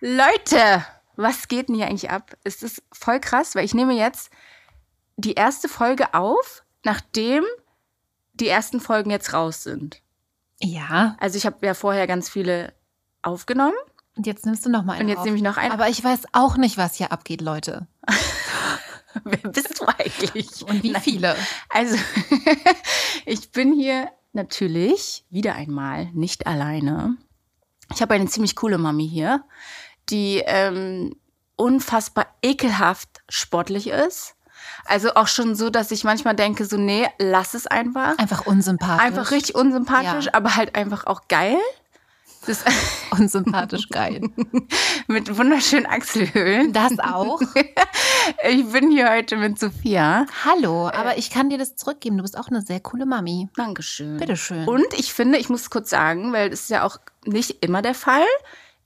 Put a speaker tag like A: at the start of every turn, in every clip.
A: Leute, was geht denn hier eigentlich ab? Es ist voll krass, weil ich nehme jetzt die erste Folge auf, nachdem die ersten Folgen jetzt raus sind.
B: Ja.
A: Also ich habe ja vorher ganz viele aufgenommen
B: Und jetzt nimmst du noch mal einen
A: und jetzt
B: auf.
A: nehme ich noch eine.
B: Aber ich weiß auch nicht, was hier abgeht, Leute.
A: Wer bist du eigentlich?
B: Und wie
A: Nein.
B: viele.
A: Also, ich bin hier natürlich wieder einmal nicht alleine. Ich habe eine ziemlich coole Mami hier, die ähm, unfassbar ekelhaft sportlich ist. Also auch schon so, dass ich manchmal denke, so, nee, lass es einfach.
B: Einfach unsympathisch.
A: Einfach richtig unsympathisch,
B: Ja.
A: aber halt einfach auch geil. Das
B: unsympathisch geil.
A: mit wunderschönen Achselhöhlen.
B: Das auch.
A: Ich bin hier heute mit Sophia.
B: Hallo, aber ich kann dir das zurückgeben. Du bist auch eine sehr coole Mami.
A: Dankeschön.
B: Bitteschön.
A: Und ich finde, ich muss es kurz sagen, weil das ist ja auch nicht immer der Fall.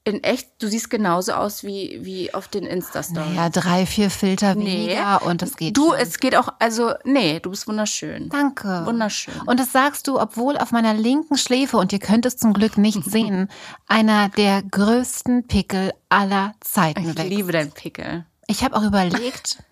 A: In echt, du siehst genauso aus wie, wie auf den Insta-Stories.
B: ja, drei, vier Filter weniger und das geht.
A: Du,
B: schon.
A: es geht auch, also, nee, du bist wunderschön.
B: Danke.
A: Wunderschön.
B: Und das sagst du, obwohl auf meiner linken Schläfe, und ihr könnt es zum Glück nicht sehen, einer der größten Pickel aller Zeiten
A: ich
B: wächst.
A: liebe deinen Pickel.
B: Ich habe auch überlegt,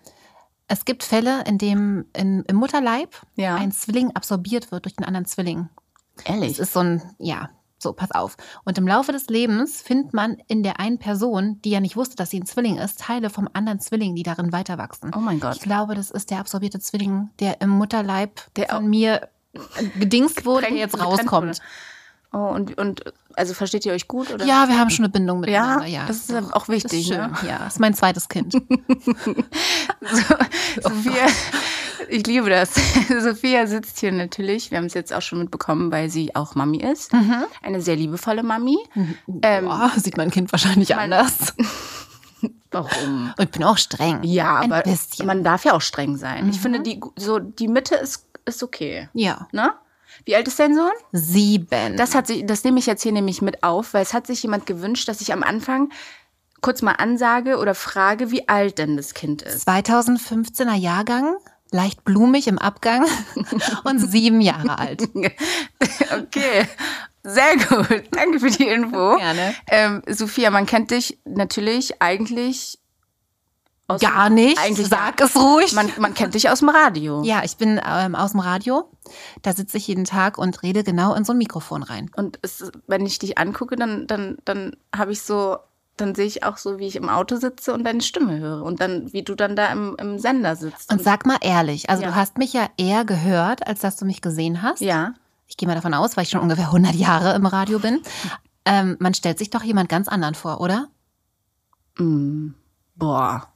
B: es gibt Fälle, in dem in, im Mutterleib
A: Ja.
B: ein Zwilling absorbiert wird durch den anderen Zwilling. Es
A: Ehrlich.
B: ist so ein, ja, so, pass auf. Und im Laufe des Lebens findet man in der einen Person, die ja nicht wusste, dass sie ein Zwilling ist, Teile vom anderen Zwilling, die darin weiterwachsen.
A: Oh mein Gott.
B: Ich glaube, das ist der absorbierte Zwilling, der im Mutterleib
A: Der
B: von mir gedingst wurde, der jetzt
A: Getränkt
B: rauskommt.
A: wurde. Oh, und, und, also versteht ihr euch gut? Oder?
B: Ja, wir haben schon eine Bindung miteinander.
A: Ja,
B: Ja,
A: das ist
B: Doch,
A: auch
B: das
A: wichtig,
B: ist schön.
A: ne?
B: Ja, ist mein zweites Kind. Oh
A: Sophia, ich liebe das. Sophia sitzt hier natürlich. Wir haben es jetzt auch schon mitbekommen, weil sie auch Mami ist.
B: Mhm.
A: Eine sehr liebevolle Mami. Ähm,
B: Boah, sieht mein Kind wahrscheinlich anders.
A: Warum?
B: Und ich bin auch streng.
A: Ja,
B: Ein
A: aber
B: bisschen. Mhm.
A: man darf ja auch streng sein. Ich finde, die, so, die Mitte ist, ist okay.
B: Ja.
A: Ne? Wie alt ist dein Sohn?
B: Sieben.
A: Das hat sich, das nehme ich jetzt hier nämlich mit auf, weil es hat sich jemand gewünscht, dass ich am Anfang kurz mal ansage oder frage, wie alt denn das Kind ist.
B: 2015er Jahrgang, leicht blumig im Abgang und sieben Jahre alt.
A: Okay, sehr gut. Danke für die Info.
B: Gerne.
A: Ähm, Sophia, man kennt dich natürlich eigentlich aus
B: Gar nicht.
A: Eigentlich
B: Sag es ruhig.
A: Man, man kennt dich aus dem Radio.
B: ja, ich bin ähm, aus dem Radio. Da sitze ich jeden Tag und rede genau in so ein Mikrofon rein.
A: Und es, ist- wenn ich dich angucke, dann, dann, dann habe ich so, dann sehe ich auch so, wie ich im Auto sitze und deine Stimme höre. Und dann, wie du dann da im, im Sender sitzt.
B: Und sag mal ehrlich, also
A: Ja.
B: du hast mich ja eher gehört, als dass du mich gesehen hast.
A: ja.
B: Ich gehe mal davon aus, weil ich schon ungefähr 100 Jahre im Radio bin. Ähm, man stellt sich doch jemand ganz anderen vor, oder?
A: Mm. Boah.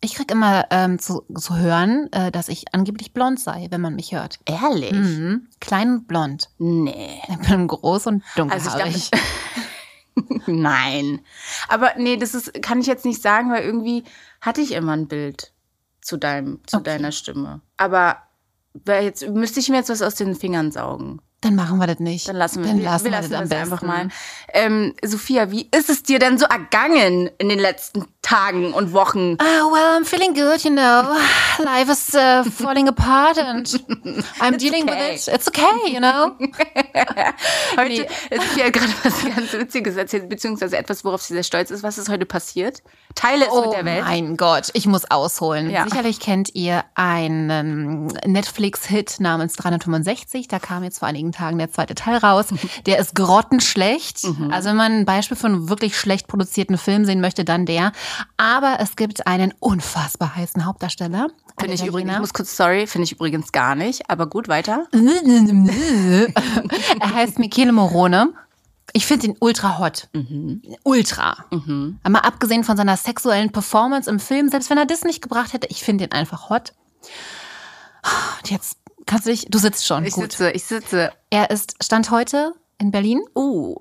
B: Ich krieg immer ähm, zu, zu hören, äh, dass ich angeblich blond sei, wenn man mich hört.
A: Ehrlich?
B: Mhm. Klein und blond.
A: Nee.
B: Ich bin groß und
A: Also ich
B: dunkelhaarig.
A: glaube, Nein. Aber nee, das ist, kann ich jetzt nicht sagen, weil irgendwie hatte ich immer ein Bild zu deinem, zu
B: Okay.
A: deiner Stimme. Aber wer jetzt müsste ich mir jetzt was aus den Fingern saugen.
B: dann machen wir das nicht.
A: Dann lassen wir,
B: dann
A: wir-
B: lassen
A: wir
B: wir,
A: lassen
B: das am
A: das
B: besten.
A: einfach mal. Ähm, Sophia, wie ist es dir denn so ergangen in den letzten Tagen und Wochen?
B: Ah, well, I'm feeling good, you know. Life is uh, falling apart and I'm dealing
A: okay.
B: with it. It's okay, you know.
A: Heute
B: nee.
A: Sophia hat gerade was ganz Witziges erzählt, beziehungsweise etwas, worauf sie sehr stolz ist. Was ist heute passiert? Teile es mit
B: Oh
A: der Welt.
B: mein Gott, ich muss ausholen.
A: Ja.
B: Sicherlich kennt ihr einen Netflix-Hit namens 365. Da kam jetzt vor einigen Tagen der zweite Teil raus. Der ist grottenschlecht.
A: Mhm.
B: Also wenn man ein Beispiel von einem wirklich schlecht produzierten Film sehen möchte, dann der. Aber es gibt einen unfassbar heißen Hauptdarsteller. einen
A: Finde ich übrigens, ich
B: Italiener.
A: muss kurz, sorry, finde ich übrigens gar nicht. Aber gut, weiter.
B: er heißt Michele Morone. Ich finde ihn ultra hot.
A: Mhm.
B: Ultra. Mal abgesehen von seiner sexuellen Performance im Film, selbst wenn er das nicht gebracht hätte, ich finde ihn einfach hot. Und Jetzt kannst du dich, du sitzt schon.
A: Ich
B: Gut.
A: sitze, ich sitze.
B: Er ist, stand heute in Berlin
A: Uh.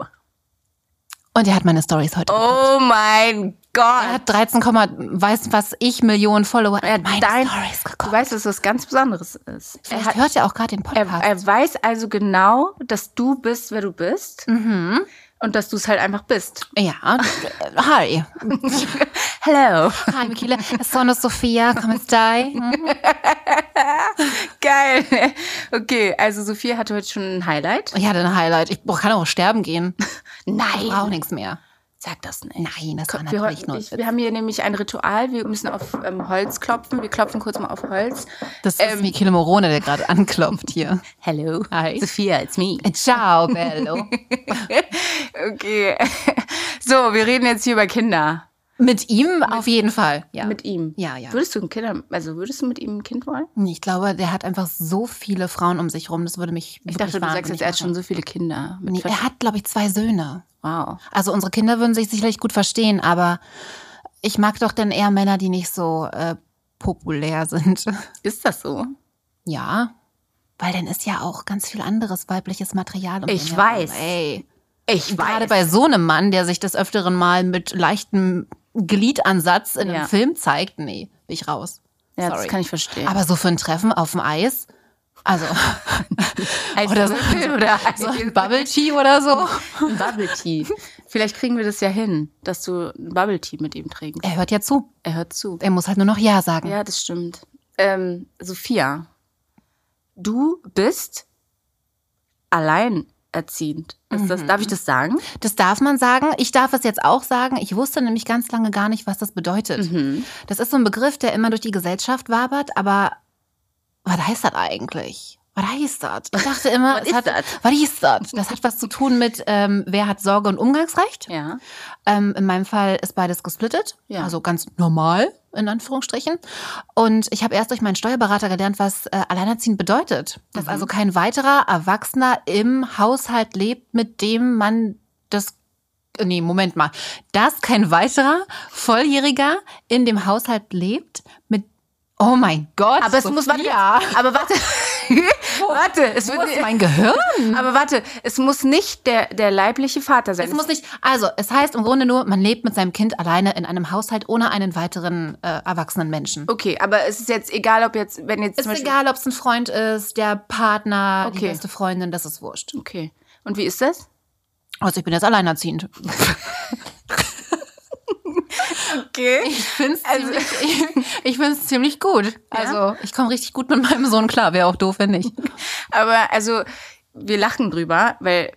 B: und er hat meine Stories heute. geguckt.
A: Oh mein
B: Er
A: Gott.
B: hat 13, Komma- weiß was ich, Millionen Follower. Er hat meine
A: dein-
B: Stories geguckt.
A: Du weißt, dass das ganz Besonderes ist. Er,
B: Vielleicht
A: hat,
B: hört ja auch gerade den
A: er,
B: Podcast.
A: er weiß also genau, dass du bist, wer du bist.
B: Mhm.
A: Und dass du es halt einfach bist.
B: ja. Hi.
A: Hello.
B: Hi, Michele. Sono Sophia, come stai?
A: Geil. Okay, also Sophia hatte heute schon ein Highlight.
B: Ich hatte ein Highlight. Ich boah, kann auch sterben gehen. Ich brauche
A: Nein.
B: nichts mehr.
A: Sag das nicht.
B: Nein, das war
A: wir,
B: natürlich nur. ein
A: ich,
B: Witz.
A: wir haben hier nämlich ein Ritual. Wir müssen auf ähm, Holz klopfen. Wir klopfen kurz mal auf Holz.
B: Das ist
A: Ähm.
B: wie Kilomorone, der gerade anklopft hier.
A: Hello.
B: Hi.
A: Sophia, it's me.
B: Ciao, Bello.
A: Okay. So, wir reden jetzt hier über Kinder.
B: Mit ihm auf jeden Fall. Ja.
A: Mit ihm.
B: Ja, ja.
A: Würdest du ein Kinder, also würdest du mit ihm ein Kind wollen?
B: ich glaube, der hat einfach so viele Frauen um sich rum. Das würde mich.
A: Ich dachte, du sagst jetzt, er hat schon so viele Kinder. Mit
B: Nee,
A: Ver-
B: er hat, glaube ich, zwei Söhne.
A: wow.
B: Also unsere Kinder würden sich sicherlich gut verstehen, aber ich mag doch dann eher Männer, die nicht so äh, populär sind.
A: Ist das so?
B: Ja. Weil dann ist ja auch ganz viel anderes weibliches Material. um
A: Ich
B: den
A: weiß.
B: herum. Ey.
A: Ich
B: Gerade bei so einem Mann, der sich des Öfteren mal mit leichtem Gliedernsatz in
A: Ja.
B: einem Film zeigt, nee, bin ich raus.
A: ja, das
B: Sorry.
A: kann ich verstehen.
B: Aber so für ein Treffen auf dem Eis, also oder so,
A: oder
B: so ein Bubble Tea oder so.
A: ein Bubble Tea. Vielleicht kriegen wir das ja hin, dass du ein Bubble Tea mit ihm trinkst.
B: Er hört ja zu.
A: Er hört zu.
B: Er muss halt nur noch Ja sagen.
A: Ja, das stimmt. Ähm, Sophia, du bist alleinerziehend. Ist das, darf ich das sagen?
B: Das darf man sagen. Ich darf es jetzt auch sagen. Ich wusste nämlich ganz lange gar nicht, was das bedeutet.
A: Mhm.
B: Das ist so ein Begriff, der immer durch die Gesellschaft wabert, aber was heißt das eigentlich? Was heißt das? Ich dachte immer,
A: Was
B: es
A: ist
B: hat,
A: das?
B: was ist das? Das hat was zu tun mit, ähm, wer hat Sorge und Umgangsrecht.
A: Ja.
B: Ähm, in meinem Fall ist beides gesplittet,
A: Ja.
B: also ganz normal in Anführungsstrichen. Und ich habe erst durch meinen Steuerberater gelernt, was äh, alleinerziehend bedeutet. Dass also kein weiterer Erwachsener im Haushalt lebt, mit dem man das äh, Nee, Moment mal. Dass kein weiterer Volljähriger in dem Haushalt lebt mit Oh mein Gott.
A: Aber es muss warte,
B: Sophia.
A: aber warte. warte, es
B: Wo
A: wird
B: ist mein Gehirn?
A: aber warte, es muss nicht der, der leibliche Vater sein.
B: Es muss nicht. Also, es heißt im Grunde nur, man lebt mit seinem Kind alleine in einem Haushalt ohne einen weiteren äh, erwachsenen Menschen.
A: okay, aber es ist jetzt egal, ob jetzt wenn jetzt
B: Ist egal, ob es ein Freund ist, der Partner,
A: Okay.
B: die beste Freundin, das ist wurscht.
A: Okay. Und wie ist das?
B: Also ich bin jetzt alleinerziehend.
A: Okay.
B: Ich finde es ziemlich, Also, ich find's ziemlich gut. Also ich komme richtig gut mit meinem Sohn klar. Wäre auch doof, wenn nicht.
A: Aber also wir lachen drüber, weil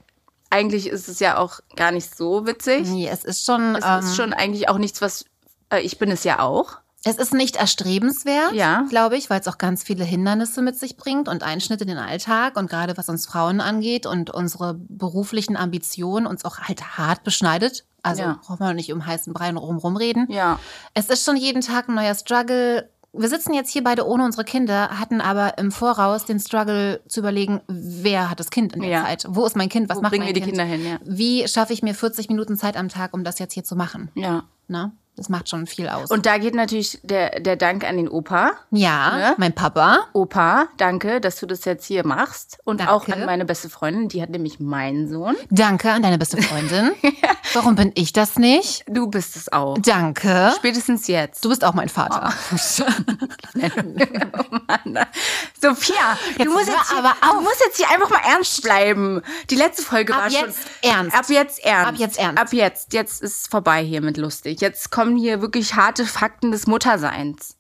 A: eigentlich ist es ja auch gar nicht so witzig.
B: Nee, es ist schon,
A: Es
B: ähm,
A: ist schon eigentlich auch nichts, was äh, ich bin es ja auch.
B: es ist nicht erstrebenswert,
A: Ja.
B: glaube ich, weil es auch ganz viele Hindernisse mit sich bringt und Einschnitte in den Alltag und gerade was uns Frauen angeht und unsere beruflichen Ambitionen uns auch halt hart beschneidet. Also
A: Ja.
B: braucht man nicht um heißen Brei rum rumreden.
A: Ja.
B: Es ist schon jeden Tag ein neuer Struggle. Wir sitzen jetzt hier beide ohne unsere Kinder, hatten aber im Voraus den Struggle zu überlegen, wer hat das Kind in der
A: Ja.
B: Zeit? Wo ist mein Kind? Was
A: Wo
B: macht
A: bringen
B: mein
A: wir die
B: kind?
A: Kinder hin, ja.
B: Wie schaffe ich mir 40 Minuten Zeit am Tag, um das jetzt hier zu machen?
A: Ja.
B: Ne? Das macht schon viel aus.
A: Und da geht natürlich der, der Dank an den Opa.
B: ja,
A: Ne?
B: mein Papa.
A: Opa, danke, dass du das jetzt hier machst. Und
B: Danke.
A: auch an meine beste Freundin, die hat nämlich meinen Sohn.
B: Danke an deine beste Freundin. Warum bin ich das nicht?
A: Du bist es auch.
B: Danke.
A: Spätestens jetzt.
B: Du bist auch mein Vater.
A: Oh. Sophia,
B: Jetzt
A: du, musst
B: hör
A: jetzt hier,
B: aber
A: du musst jetzt hier einfach mal ernst bleiben. Die letzte Folge
B: Ab
A: war
B: jetzt
A: schon.
B: ernst.
A: Ab jetzt ernst.
B: Ab jetzt ernst.
A: Ab jetzt. Jetzt ist es vorbei hier mit lustig. Jetzt kommen hier wirklich harte Fakten des Mutterseins.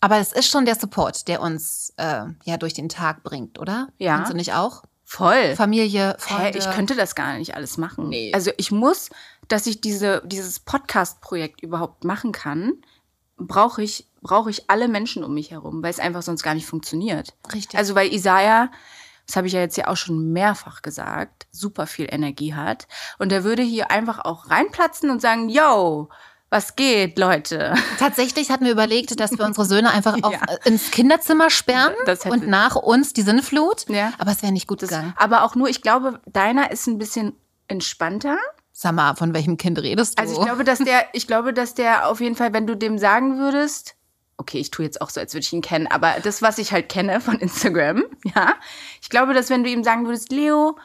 B: Aber es ist schon der Support, der uns äh, ja durch den Tag bringt, oder?
A: Ja.
B: Findest du nicht auch?
A: Voll.
B: Familie,
A: Hä,
B: Freunde.
A: ich könnte das gar nicht alles machen.
B: Nee.
A: Also ich muss, dass ich diese, dieses Podcast-Projekt überhaupt machen kann, brauche ich, brauche ich alle Menschen um mich herum, weil es einfach sonst gar nicht funktioniert.
B: Richtig.
A: Also weil Isaiah, das habe ich ja jetzt ja auch schon mehrfach gesagt, super viel Energie hat. Und der würde hier einfach auch reinplatzen und sagen, yo, was geht, Leute?
B: Tatsächlich hatten wir überlegt, dass wir unsere Söhne einfach auf, äh, ins Kinderzimmer sperren
A: Das hätte-
B: und nach uns die Sinnflut.
A: Ja.
B: Aber es wäre nicht gut
A: Das,
B: gegangen.
A: aber auch nur, ich glaube, deiner ist ein bisschen entspannter.
B: Sag mal, von welchem Kind redest du?
A: Also ich glaube, dass der, ich glaube, dass der auf jeden Fall, wenn du dem sagen würdest, okay, ich tue jetzt auch so, als würde ich ihn kennen, aber das, was ich halt kenne von Instagram, ja, ich glaube, dass wenn du ihm sagen würdest, Leo,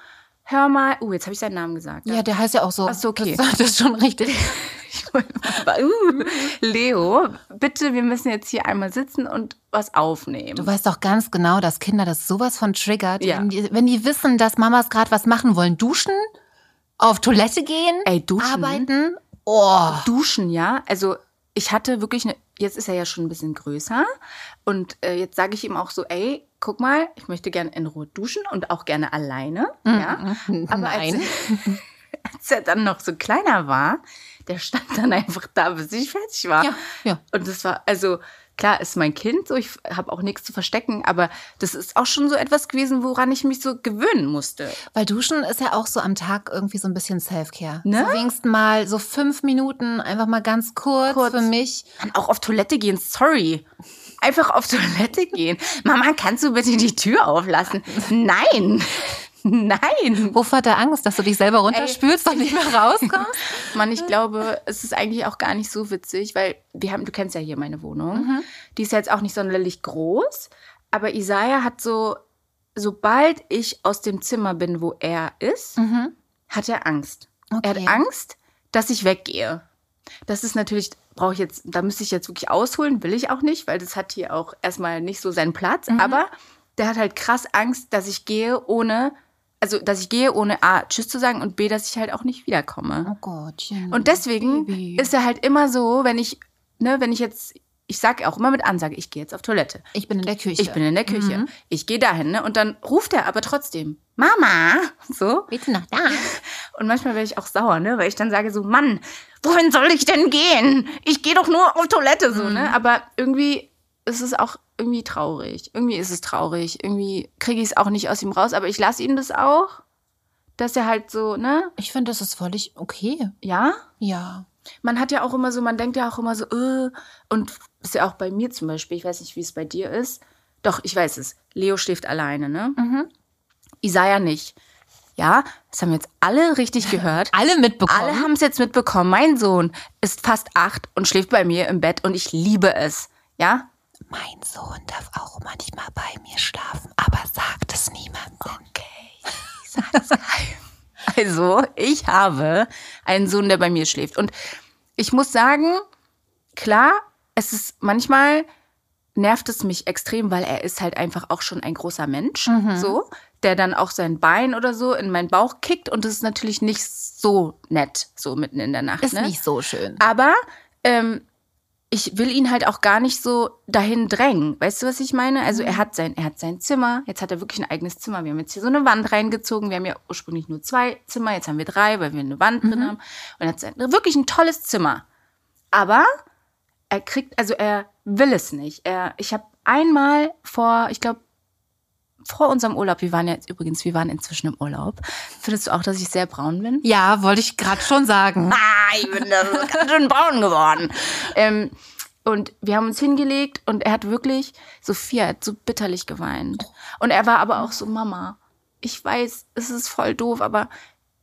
A: hör mal, uh, jetzt habe ich seinen Namen gesagt.
B: ja, der heißt ja auch so.
A: Ach so, okay.
B: Das, das ist schon richtig.
A: Aber, uh, Leo, bitte, wir müssen jetzt hier einmal sitzen und was
B: Du
A: aufnehmen.
B: weißt doch ganz genau, dass Kinder das sowas von triggert.
A: Ja.
B: Wenn, die, wenn die wissen, dass Mamas gerade was machen wollen, duschen, auf Toilette gehen,
A: Ey, duschen?
B: arbeiten. Oh.
A: Duschen, ja, also ich hatte wirklich eine, jetzt ist er ja schon ein bisschen größer und äh, jetzt sage ich ihm auch so, ey, guck mal, ich möchte gerne in Ruhe duschen und auch gerne alleine, ja. Aber
B: Mhm. Nein.
A: Als, als er dann noch so kleiner war, der stand dann einfach da, bis ich fertig war.
B: Ja, ja.
A: Und das war, also klar ist mein Kind, so ich habe auch nichts zu verstecken, aber das ist auch schon so etwas gewesen, woran ich mich so gewöhnen musste.
B: Weil Duschen ist ja auch so am Tag irgendwie so ein bisschen Self-Care.
A: Ne?
B: So wenigstens mal so fünf Minuten, einfach mal ganz kurz,
A: Kurz.
B: für mich.
A: Dann auch auf Toilette gehen, sorry. Einfach auf Toilette gehen. Mama, kannst du bitte die Tür auflassen? Nein. Nein.
B: Wovor hat er Angst, dass du dich selber runterspülst und nicht mehr rauskommst?
A: Mann, ich glaube, es ist eigentlich auch gar nicht so witzig, weil wir haben, du kennst ja hier meine Wohnung. Die ist jetzt auch nicht sonderlich groß, aber Isaiah hat so, sobald ich aus dem Zimmer bin, wo er ist, hat er Angst. Er
B: Okay.
A: hat Angst, dass ich weggehe. Das ist natürlich, brauche ich jetzt, da müsste ich jetzt wirklich ausholen, will ich auch nicht, weil das hat hier auch erstmal nicht so seinen Platz. Aber der hat halt krass Angst, dass ich gehe ohne, also dass ich gehe ohne A, Tschüss zu sagen und B, dass ich halt auch nicht wiederkomme.
B: Oh Gottchen.
A: Und deswegen
B: Baby.
A: ist er halt immer so, wenn ich, ne, wenn ich jetzt, ich sage auch immer mit Ansage, ich gehe jetzt auf Toilette.
B: ich bin in der Küche.
A: Ich bin in der Küche. Ich gehe dahin, ne? Und dann ruft er aber trotzdem, Mama! So.
B: Bist du noch da?
A: Und manchmal werde ich auch sauer, ne? Weil ich dann sage so, Mann, wohin soll ich denn gehen? Ich gehe doch nur auf Toilette, so, ne? Aber irgendwie ist es auch irgendwie traurig. Irgendwie ist es traurig. Irgendwie kriege ich es auch nicht aus ihm raus. Aber ich lasse ihm das auch, dass er halt so, ne?
B: Ich finde, das ist völlig okay.
A: Ja?
B: Ja.
A: Man hat ja auch immer so, man denkt ja auch immer so, äh, und ist ja auch bei mir zum Beispiel, ich weiß nicht, wie es bei dir ist. Doch, ich weiß es. Leo schläft alleine, ne? Isaiah nicht. Ja, das haben jetzt alle richtig gehört.
B: Alle mitbekommen.
A: Alle haben es jetzt mitbekommen. Mein Sohn ist fast acht und schläft bei mir im Bett und ich liebe es. Ja?
B: mein Sohn darf auch manchmal bei mir schlafen, aber sagt es niemandem. Okay.
A: Also, ich habe einen Sohn, der bei mir schläft. Und ich muss sagen, klar, es ist manchmal nervt es mich extrem, weil er ist halt einfach auch schon ein großer Mensch,
B: Mhm.
A: so, der dann auch sein Bein oder so in meinen Bauch kickt und das ist natürlich nicht so nett, so mitten in der Nacht.
B: Ist
A: ne?
B: nicht so schön.
A: Aber ähm, ich will ihn halt auch gar nicht so dahin drängen. Weißt du, was ich meine? Also er hat sein, er hat sein Zimmer. Jetzt hat er wirklich ein eigenes Zimmer. Wir haben jetzt hier so eine Wand reingezogen. Wir haben ja ursprünglich nur zwei Zimmer. Jetzt haben wir drei, weil wir eine Wand drin haben. Und er hat sein, wirklich ein tolles Zimmer. Aber er kriegt, also er will es nicht. Er, ich habe einmal vor, ich glaube, vor unserem Urlaub, wir waren jetzt übrigens, wir waren inzwischen im Urlaub. Findest du auch, dass ich sehr braun bin?
B: Ja, wollte ich gerade schon sagen.
A: ah, ich bin da so ganz schön braun geworden. Ähm, und wir haben uns hingelegt und er hat wirklich, Sophia hat so bitterlich geweint. Und er war aber auch so, Mama, ich weiß, es ist voll doof, aber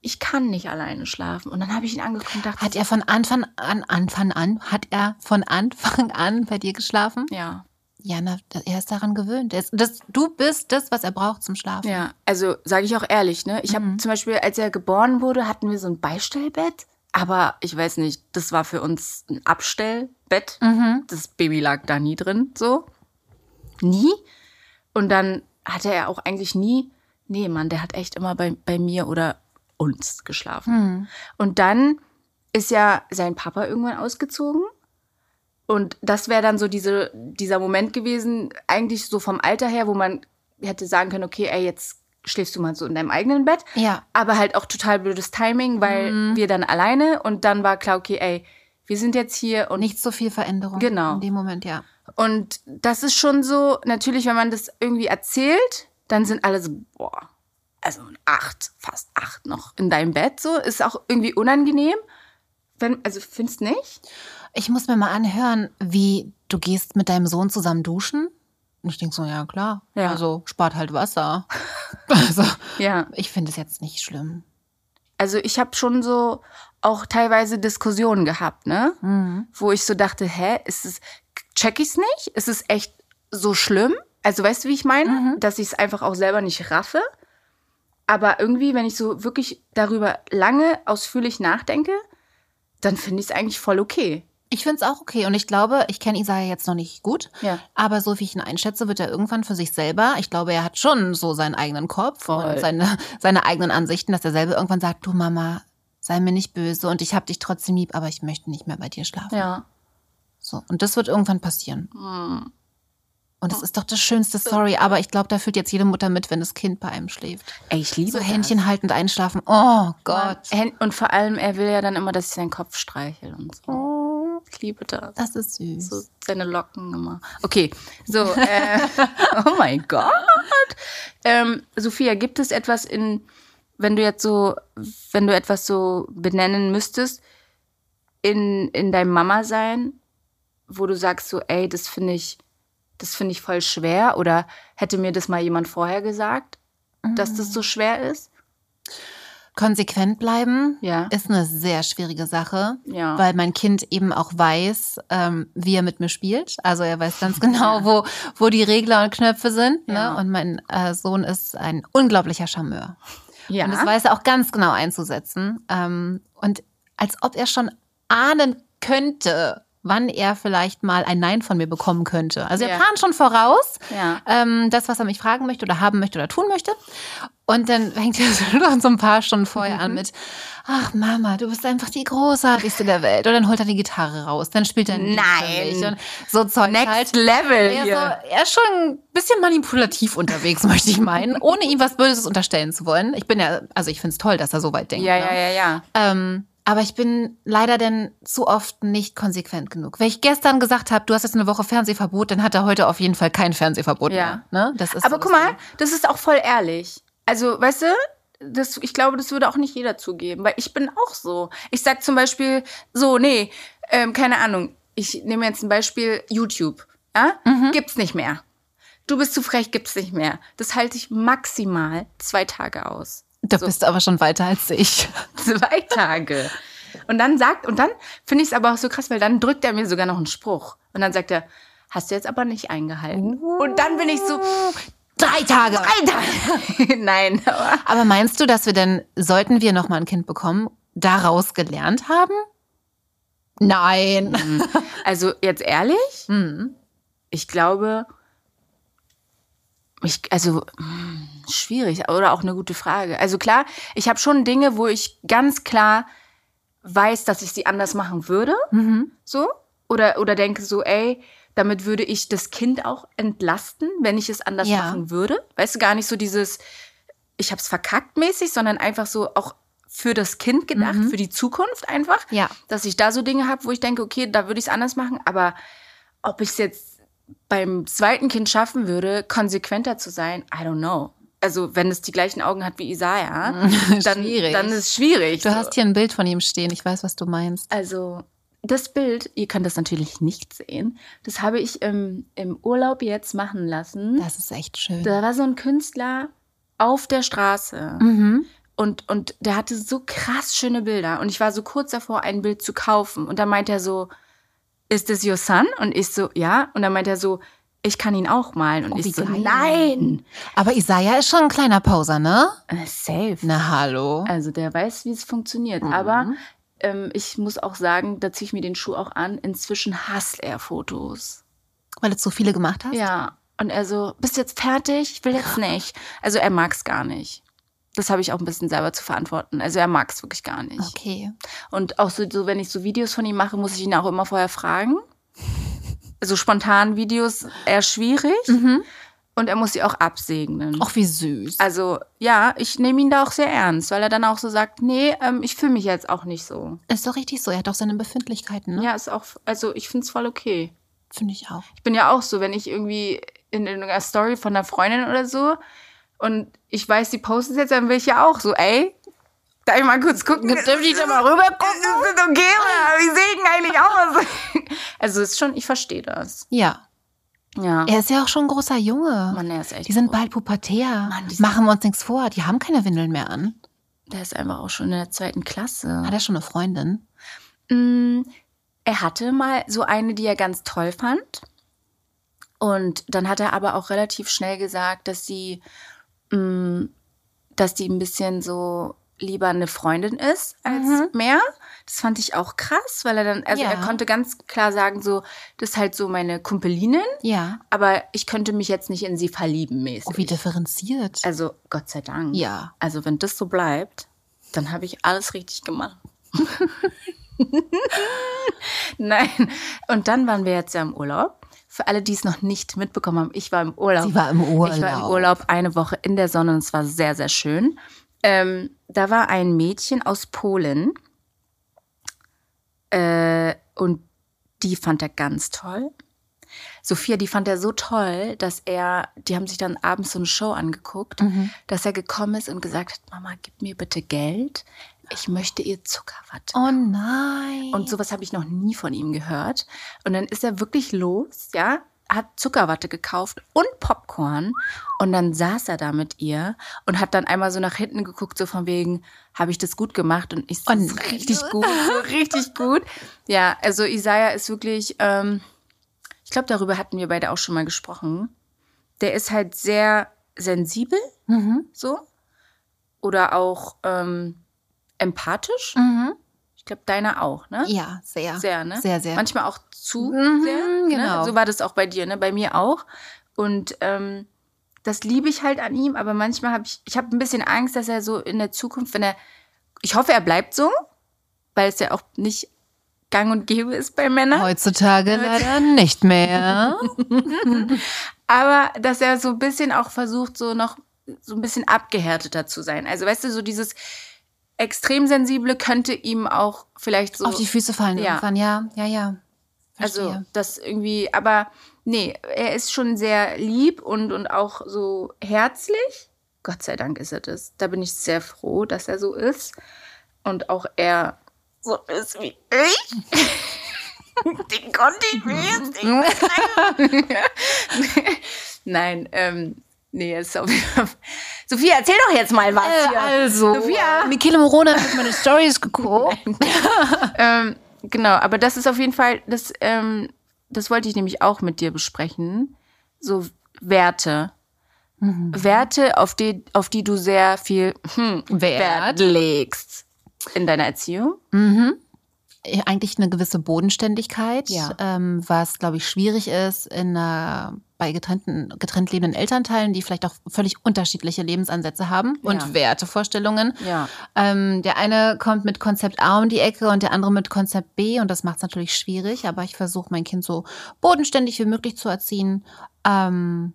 A: ich kann nicht alleine schlafen. Und dann habe ich ihn angeguckt und dachte,
B: Hat er von Anfang an, Anfang an, hat er von Anfang an bei dir geschlafen?
A: ja,
B: Ja, na, er ist daran gewöhnt. Er ist, das, du bist das, was er braucht zum Schlafen.
A: ja. Also sage ich auch ehrlich, ne? Ich habe zum Beispiel, als er geboren wurde, hatten wir so ein Beistellbett. Aber ich weiß nicht, das war für uns ein Abstellbett. Das Baby lag da nie drin, so. Nie. Und dann hatte er auch eigentlich nie, nee, Mann, der hat echt immer bei, bei mir oder uns geschlafen. Und dann ist ja sein Papa irgendwann ausgezogen. Und das wäre dann so diese, dieser Moment gewesen, eigentlich so vom Alter her, wo man hätte sagen können, okay, ey, jetzt schläfst du mal so in deinem eigenen Bett.
B: Ja.
A: Aber halt auch total blödes Timing, weil wir dann alleine und dann war klar, okay, ey, wir sind jetzt hier und
B: Nicht so viel Veränderung.
A: Genau.
B: In dem Moment, ja.
A: und das ist schon so, natürlich, wenn man das irgendwie erzählt, dann sind alle so, boah, also ein acht, fast acht noch in deinem Bett, so, ist auch irgendwie unangenehm. Wenn, also findest nicht?
B: Ich muss mir mal anhören, wie du gehst mit deinem Sohn zusammen duschen. Und ich denke so, ja klar.
A: Ja.
B: Also spart halt Wasser. also,
A: Ja.
B: ich finde es jetzt nicht schlimm.
A: Also ich habe schon so auch teilweise Diskussionen gehabt, ne? Wo ich so dachte, hä, ist es, check ich's nicht? Ist es echt so schlimm? Also weißt du, wie ich meine? Dass ich es einfach auch selber nicht raffe. Aber irgendwie, wenn ich so wirklich darüber lange ausführlich nachdenke, dann finde ich es eigentlich voll okay.
B: Ich finde es auch okay. Und ich glaube, ich kenne Isaiah jetzt noch nicht gut.
A: Ja.
B: Aber so wie ich ihn einschätze, wird er irgendwann für sich selber, ich glaube, er hat schon so seinen eigenen Kopf
A: Voll.
B: und seine, seine eigenen Ansichten, dass er selber irgendwann sagt, du Mama, sei mir nicht böse und ich habe dich trotzdem lieb, aber ich möchte nicht mehr bei dir schlafen.
A: Ja. Hm.
B: So. Und das wird irgendwann passieren. Und
A: Oh.
B: das ist doch das Schönste, sorry, aber ich glaube, da fühlt jetzt jede Mutter mit, wenn das Kind bei einem schläft.
A: Ey, ich liebe
B: So
A: das.
B: Händchen haltend einschlafen. Oh Gott.
A: Hän- Und vor allem, er will ja dann immer, dass ich seinen Kopf streichel und so. Ich liebe das.
B: Das ist süß.
A: So seine Locken immer. Okay, so. Äh, oh mein Gott. Ähm, Sophia, gibt es etwas in, wenn du jetzt so, wenn du etwas so benennen müsstest, in, in deinem Mama-Sein, wo du sagst so, ey, das finde ich, das finde ich voll schwer oder hätte mir das mal jemand vorher gesagt, dass
B: Mm.
A: das so schwer ist?
B: Konsequent bleiben
A: Ja.
B: ist eine sehr schwierige Sache,
A: Ja.
B: weil mein Kind eben auch weiß, ähm, wie er mit mir spielt. Also er weiß ganz genau, wo, wo die Regler und Knöpfe sind.
A: Ja.
B: Ne? Und mein äh, Sohn ist ein unglaublicher Charmeur.
A: Ja.
B: Und das weiß er auch ganz genau einzusetzen. Ähm, und als ob er schon ahnen könnte, wann er vielleicht mal ein Nein von mir bekommen könnte. Also er
A: Ja.
B: plant schon voraus,
A: Ja.
B: ähm, das, was er mich fragen möchte oder haben möchte oder tun möchte. Und dann fängt er so- so ein paar Stunden vorher
A: Mhm.
B: an mit, ach Mama, du bist einfach die großartigste der Welt. Und dann holt er die Gitarre raus, dann spielt er ein Lied
A: Nein.
B: für mich und so Zeug halt.
A: Next Level
B: Er,
A: hier.
B: ist so, er ist schon ein bisschen manipulativ unterwegs, möchte ich meinen, ohne ihm was Böses unterstellen zu wollen. Ich bin ja, also ich finde es toll, dass er so weit denkt.
A: ja,
B: ne?
A: ja, ja, ja.
B: Ähm, aber ich bin leider denn zu oft nicht konsequent genug. Wenn ich gestern gesagt habe, du hast jetzt eine Woche Fernsehverbot, dann hat er heute auf jeden Fall kein Fernsehverbot
A: Ja.
B: mehr. Ne? Das ist
A: Aber
B: so
A: guck
B: das
A: mal, das ist auch voll ehrlich. Also, weißt du, das, ich glaube, das würde auch nicht jeder zugeben, weil ich bin auch so. Ich sag zum Beispiel, so, nee, ähm, keine Ahnung, ich nehme jetzt ein Beispiel YouTube. Ja?
B: Mhm.
A: Gibt's nicht mehr. Du bist zu frech, gibt's nicht mehr. Das halte ich maximal zwei Tage aus.
B: Ding. Da bist du aber schon weiter als ich.
A: Zwei Tage. Und dann sagt, und dann finde ich es aber auch so krass, weil dann drückt er mir sogar noch einen Spruch. Und dann sagt er, hast du jetzt aber nicht eingehalten. Und dann bin ich so,
B: Drei Tage.
A: Alter! Nein, aber.
B: Aber meinst du, dass wir denn, sollten wir nochmal ein Kind bekommen, daraus gelernt haben? Nein.
A: Also jetzt ehrlich, ich glaube, ich, also hm, schwierig oder auch eine gute Frage. Also klar, ich habe schon Dinge, wo ich ganz klar weiß, dass ich sie anders machen würde. So. Oder, oder denke so, ey, damit würde ich das Kind auch entlasten, wenn ich es anders
B: Ja.
A: machen würde. Weißt du, gar nicht so dieses, ich hab's verkackt mäßig, sondern einfach so auch für das Kind gedacht, für die Zukunft einfach.
B: Ja.
A: Dass ich da so Dinge habe, wo ich denke, okay, da würde ich es anders machen, aber ob ich es jetzt beim zweiten Kind schaffen würde, konsequenter zu sein, I don't know. Also, wenn es die gleichen Augen hat wie Isaiah, dann,
B: Schwierig.
A: dann ist es schwierig.
B: Du
A: so.
B: hast hier ein Bild von ihm stehen. Ich weiß, was du meinst.
A: Also, das Bild, ihr könnt das natürlich nicht sehen, das habe ich im, im Urlaub jetzt machen lassen.
B: Das ist echt schön.
A: Da war so ein Künstler auf der Straße
B: Mhm.
A: und, und der hatte so krass schöne Bilder. Und ich war so kurz davor, ein Bild zu kaufen. Und dann meint er so, ist das your son? Und ich so, ja. Und dann meint er so, ich kann ihn auch malen. Und
B: Oh, wie
A: ich so,
B: geil.
A: nein.
B: Aber Isaiah ist schon ein kleiner Pauser, ne?
A: Äh, Safe.
B: Na hallo.
A: Also der weiß, wie es funktioniert.
B: Mhm.
A: Aber ähm, ich muss auch sagen, da ziehe ich mir den Schuh auch an. Inzwischen hasst er Fotos.
B: Weil du zu viele gemacht hast?
A: Ja. Und er so, bist du jetzt fertig? Ich will jetzt nicht. Also er mag es gar nicht. Das habe ich auch ein bisschen selber zu verantworten. Also er mag es wirklich gar nicht.
B: Okay.
A: Und auch so, so, wenn ich so Videos von ihm mache, muss ich ihn auch immer vorher fragen. Also spontan Videos eher schwierig. Und er muss sie auch absegnen.
B: Ach, wie süß.
A: Also ja, ich nehme ihn da auch sehr ernst, weil er dann auch so sagt, nee, ähm, ich fühle mich jetzt auch nicht so.
B: Ist doch richtig so. Er hat auch seine Befindlichkeiten, ne?
A: Ja, ist auch, also ich finde es voll okay.
B: Finde ich auch.
A: Ich bin ja auch so, wenn ich irgendwie in irgendeiner Story von einer Freundin oder so und ich weiß, die postet jetzt, dann will ich ja auch so, ey, darf ich mal kurz gucken?
B: Dürfte ich da mal
A: rüber gucken? Ist das okay oder wie sehen eigentlich aus? Also es ist schon, ich verstehe das.
B: Ja.
A: Ja.
B: Er ist ja auch schon ein großer Junge.
A: Mann, er ist echt
B: die sind
A: groß.
B: bald pubertär.
A: Mann, die sind-
B: Machen wir uns nichts vor. Die haben keine Windeln mehr an.
A: Der ist einfach auch schon in der zweiten Klasse.
B: Hat er schon eine Freundin?
A: Mm, Er hatte mal so eine, die er ganz toll fand. Und dann hat er aber auch relativ schnell gesagt, dass sie, mm, dass die ein bisschen so lieber eine Freundin ist als mehr. Das fand ich auch krass, weil er dann, also
B: Mhm. Ja.
A: er konnte ganz klar sagen, so, das ist halt so meine Kumpelinin,
B: Ja.
A: aber ich könnte mich jetzt nicht in sie verlieben mäßig.
B: Oh, wie differenziert.
A: also Gott sei Dank.
B: Ja.
A: Also wenn das so bleibt, dann habe ich alles richtig gemacht. Nein. Und dann waren wir jetzt ja im Urlaub Für alle, die es noch nicht mitbekommen haben, ich war im Urlaub.
B: Sie war im Urlaub.
A: Ich war im Urlaub eine Woche in der Sonne und es war sehr, sehr schön. Ähm, da war ein Mädchen aus Polen äh, und die fand er ganz toll. Sophia, die fand er so toll, dass er, die haben sich dann abends so eine Show angeguckt, dass er gekommen ist und gesagt hat, Mama, gib mir bitte Geld, ich möchte ihr Zuckerwatte.
B: Oh nein.
A: Und sowas habe ich noch nie von ihm gehört. Und dann ist er wirklich los, ja, hat Zuckerwatte gekauft und Popcorn. Und dann saß er da mit ihr und hat dann einmal so nach hinten geguckt, so von wegen, habe ich das gut gemacht? Und ich so,
B: Und-
A: das ist richtig gut, so richtig gut. Ja, also Isaiah ist wirklich, ähm, ich glaube, darüber hatten wir beide auch schon mal gesprochen. Der ist halt sehr sensibel,
B: Mhm.
A: so. Oder auch ähm, empathisch.
B: Mhm.
A: Ich glaube, deiner auch, ne?
B: Ja, sehr.
A: Sehr, ne?
B: Sehr, sehr.
A: Manchmal auch zu
B: Mhm,
A: sehr.
B: genau.
A: Ne? So war das auch bei dir, ne? Bei mir auch. Und ähm, das liebe ich halt an ihm, aber manchmal habe ich, ich habe ein bisschen Angst, dass er so in der Zukunft, wenn er, ich hoffe, er bleibt so, weil es ja auch nicht gang und gäbe ist bei Männern.
B: Heutzutage leider nicht mehr.
A: Aber dass er so ein bisschen auch versucht, so noch so ein bisschen abgehärteter zu sein. Also weißt du, so dieses extrem sensible könnte ihm auch vielleicht so
B: Auf die Füße fallen
A: Ja.
B: irgendwann, ja, ja, ja. Verstehe.
A: also das irgendwie, aber nee, er ist schon sehr lieb und und auch so herzlich. Gott sei Dank ist er das. Da bin ich sehr froh, dass er so ist und auch er so ist wie ich. Den konnte ich mir jetzt nicht sagen. Nein, ähm, nee, er ist auf jeden Fall. Sophia, erzähl doch jetzt mal was.
B: Äh,
A: hier.
B: also,
A: Sophia.
B: Michele Morona hat meine Stories geguckt.
A: ähm, genau, aber das ist auf jeden Fall, das, ähm, das wollte ich nämlich auch mit dir besprechen. So Werte.
B: Mhm.
A: Werte, auf die, auf die du sehr viel hm, Wert
B: Wert.
A: legst in deiner Erziehung.
B: Ja, Äh, Eigentlich eine gewisse Bodenständigkeit,
A: Ja.
B: ähm, was, glaube ich, schwierig ist in einer, bei getrennten, getrennt lebenden Elternteilen, die vielleicht auch völlig unterschiedliche Lebensansätze haben und
A: Ja.
B: Wertevorstellungen.
A: Ja.
B: Ähm, der eine kommt mit Konzept A um die Ecke und der andere mit Konzept B und das macht es natürlich schwierig, aber ich versuche mein Kind so bodenständig wie möglich zu erziehen. Ähm,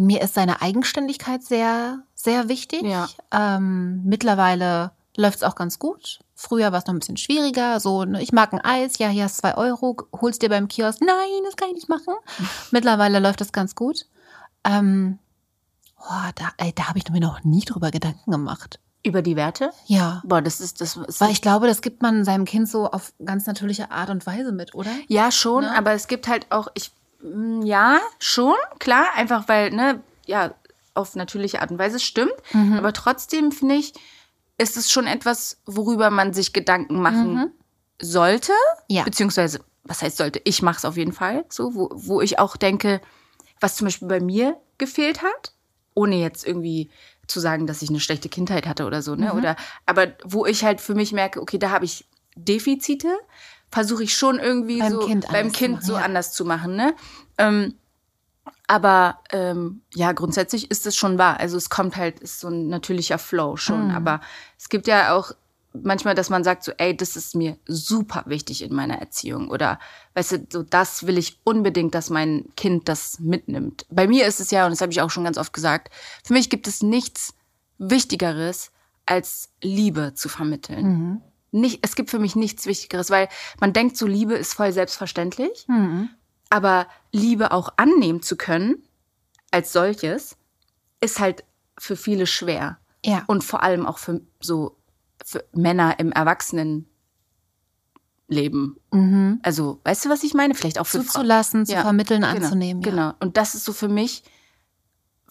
B: mir ist seine Eigenständigkeit sehr, sehr wichtig.
A: Ja.
B: Ähm, mittlerweile läuft es auch ganz gut. Früher war es noch ein bisschen schwieriger. So, ne, ich mag ein Eis, ja, hier hast zwei Euro, holst dir beim Kiosk. Nein, das kann ich nicht machen. mittlerweile läuft das ganz gut. Ähm, oh, da ey, da habe ich mir noch nie drüber Gedanken gemacht.
A: Über die Werte?
B: Ja.
A: Boah, das ist, das ist
B: Weil ich glaube, das gibt man seinem Kind so auf ganz natürliche Art und Weise mit, oder?
A: Ja, schon,
B: Ne?
A: aber es gibt halt auch, ich, mm, ja, schon, klar, einfach weil, ne, ja, auf natürliche Art und Weise es stimmt, aber trotzdem finde ich, ist es schon etwas, worüber man sich Gedanken machen sollte,
B: Ja.
A: beziehungsweise, was heißt sollte, ich mache es auf jeden Fall, so, wo, wo ich auch denke, was zum Beispiel bei mir gefehlt hat, ohne jetzt irgendwie zu sagen, dass ich eine schlechte Kindheit hatte oder so, ne? Oder aber wo ich halt für mich merke, okay, da habe ich Defizite, versuche ich schon irgendwie
B: Beim
A: so
B: Kind
A: beim
B: anders zu
A: Kind
B: machen,
A: so
B: ja.
A: anders zu machen, ne? Ähm, aber ähm, ja, grundsätzlich ist es schon wahr. Also es kommt halt, ist so ein natürlicher Flow
B: Mhm.
A: schon. Aber es gibt ja auch manchmal, dass man sagt so, ey, das ist mir super wichtig in meiner Erziehung. Oder, weißt du, so das will ich unbedingt, dass mein Kind das mitnimmt. Bei mir ist es ja, und das habe ich auch schon ganz oft gesagt, für mich gibt es nichts Wichtigeres, als Liebe zu vermitteln.
B: Mhm.
A: Nicht, es gibt für mich nichts Wichtigeres, weil man denkt so, Liebe ist voll selbstverständlich. Aber Liebe auch annehmen zu können, als solches, ist halt für viele schwer.
B: Ja.
A: Und vor allem auch für so für Männer im Erwachsenenleben. Also, weißt du, was ich meine? Vielleicht auch für Frauen.
B: Mhm. Zuzulassen, zu
A: Ja,
B: vermitteln,
A: genau,
B: anzunehmen. Ja.
A: Genau. Und das ist so für mich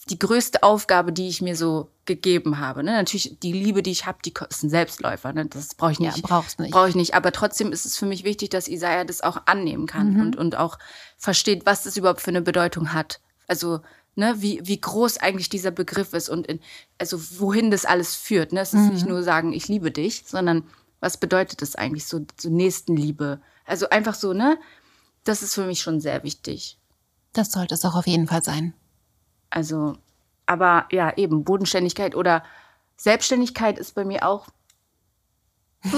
A: die größte Aufgabe, die ich mir so gegeben habe. Ne? Natürlich, die Liebe, die ich habe, die ko- ist ein Selbstläufer. Ne? Das brauche ich
B: Ja,
A: nicht.
B: brauchst nicht.
A: Brauche ich nicht. Aber trotzdem ist es für mich wichtig, dass Isaiah das auch annehmen kann
B: Mhm.
A: und, und auch versteht, was das überhaupt für eine Bedeutung hat. Also, ne, wie, wie groß eigentlich dieser Begriff ist und in, also wohin das alles führt. Ne? Es ist
B: Mhm.
A: nicht nur sagen, ich liebe dich, sondern was bedeutet das eigentlich so, so Nächstenliebe? Also einfach so, ne? Das ist für mich schon sehr wichtig.
B: Das sollte es auch auf jeden Fall sein.
A: Also, aber ja, eben Bodenständigkeit oder Selbstständigkeit ist bei mir auch.
B: Ich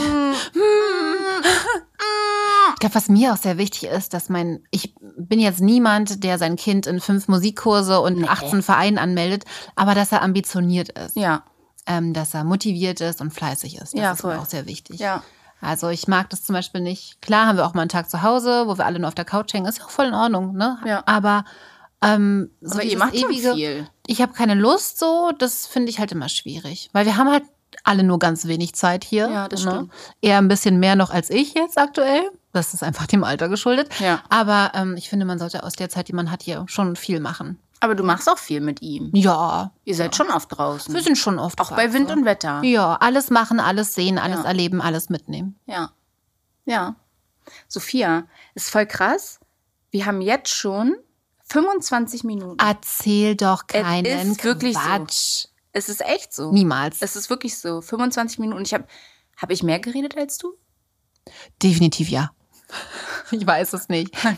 B: glaube, was mir auch sehr wichtig ist, dass mein, ich bin jetzt niemand, der sein Kind in fünf Musikkurse und 18 Vereinen anmeldet, aber dass er ambitioniert ist,
A: Ja,
B: ähm, dass er motiviert ist und fleißig ist. Das
A: Ja,
B: ist mir
A: voll.
B: auch sehr wichtig.
A: ja.
B: Also ich mag das zum Beispiel nicht. Klar haben wir auch mal einen Tag zu Hause, wo wir alle nur auf der Couch hängen. Ist ja auch voll in Ordnung, ne?
A: Ja.
B: Aber ähm, so
A: Aber ihr
B: dieses
A: macht
B: ewige,
A: schon viel.
B: ich habe keine Lust so, das finde ich halt immer schwierig. Weil wir haben halt alle nur ganz wenig Zeit hier. ne?
A: Ja, das stimmt.
B: Eher ein bisschen mehr noch als ich jetzt aktuell. Das ist einfach dem Alter geschuldet.
A: Ja.
B: Aber ähm, ich finde, man sollte aus der Zeit, die man hat, hier schon viel machen.
A: Aber du machst auch viel mit ihm.
B: Ja,
A: Ihr seid schon oft draußen.
B: wir sind schon oft.
A: Hm. Auch bei
B: draußen.
A: Wind und Wetter.
B: Ja, alles machen, alles sehen, alles
A: Ja.
B: erleben, alles mitnehmen.
A: Ja. Ja. Sophia, ist voll krass. Wir haben jetzt schon 25 Minuten.
B: Ah. Erzähl doch
A: Es
B: keinen
A: ist wirklich so.
B: Quatsch.
A: Es ist echt so.
B: Niemals.
A: Es ist wirklich so. 25 Minuten. Und ich habe. Habe ich mehr geredet als du?
B: Definitiv ja. Ich weiß es nicht.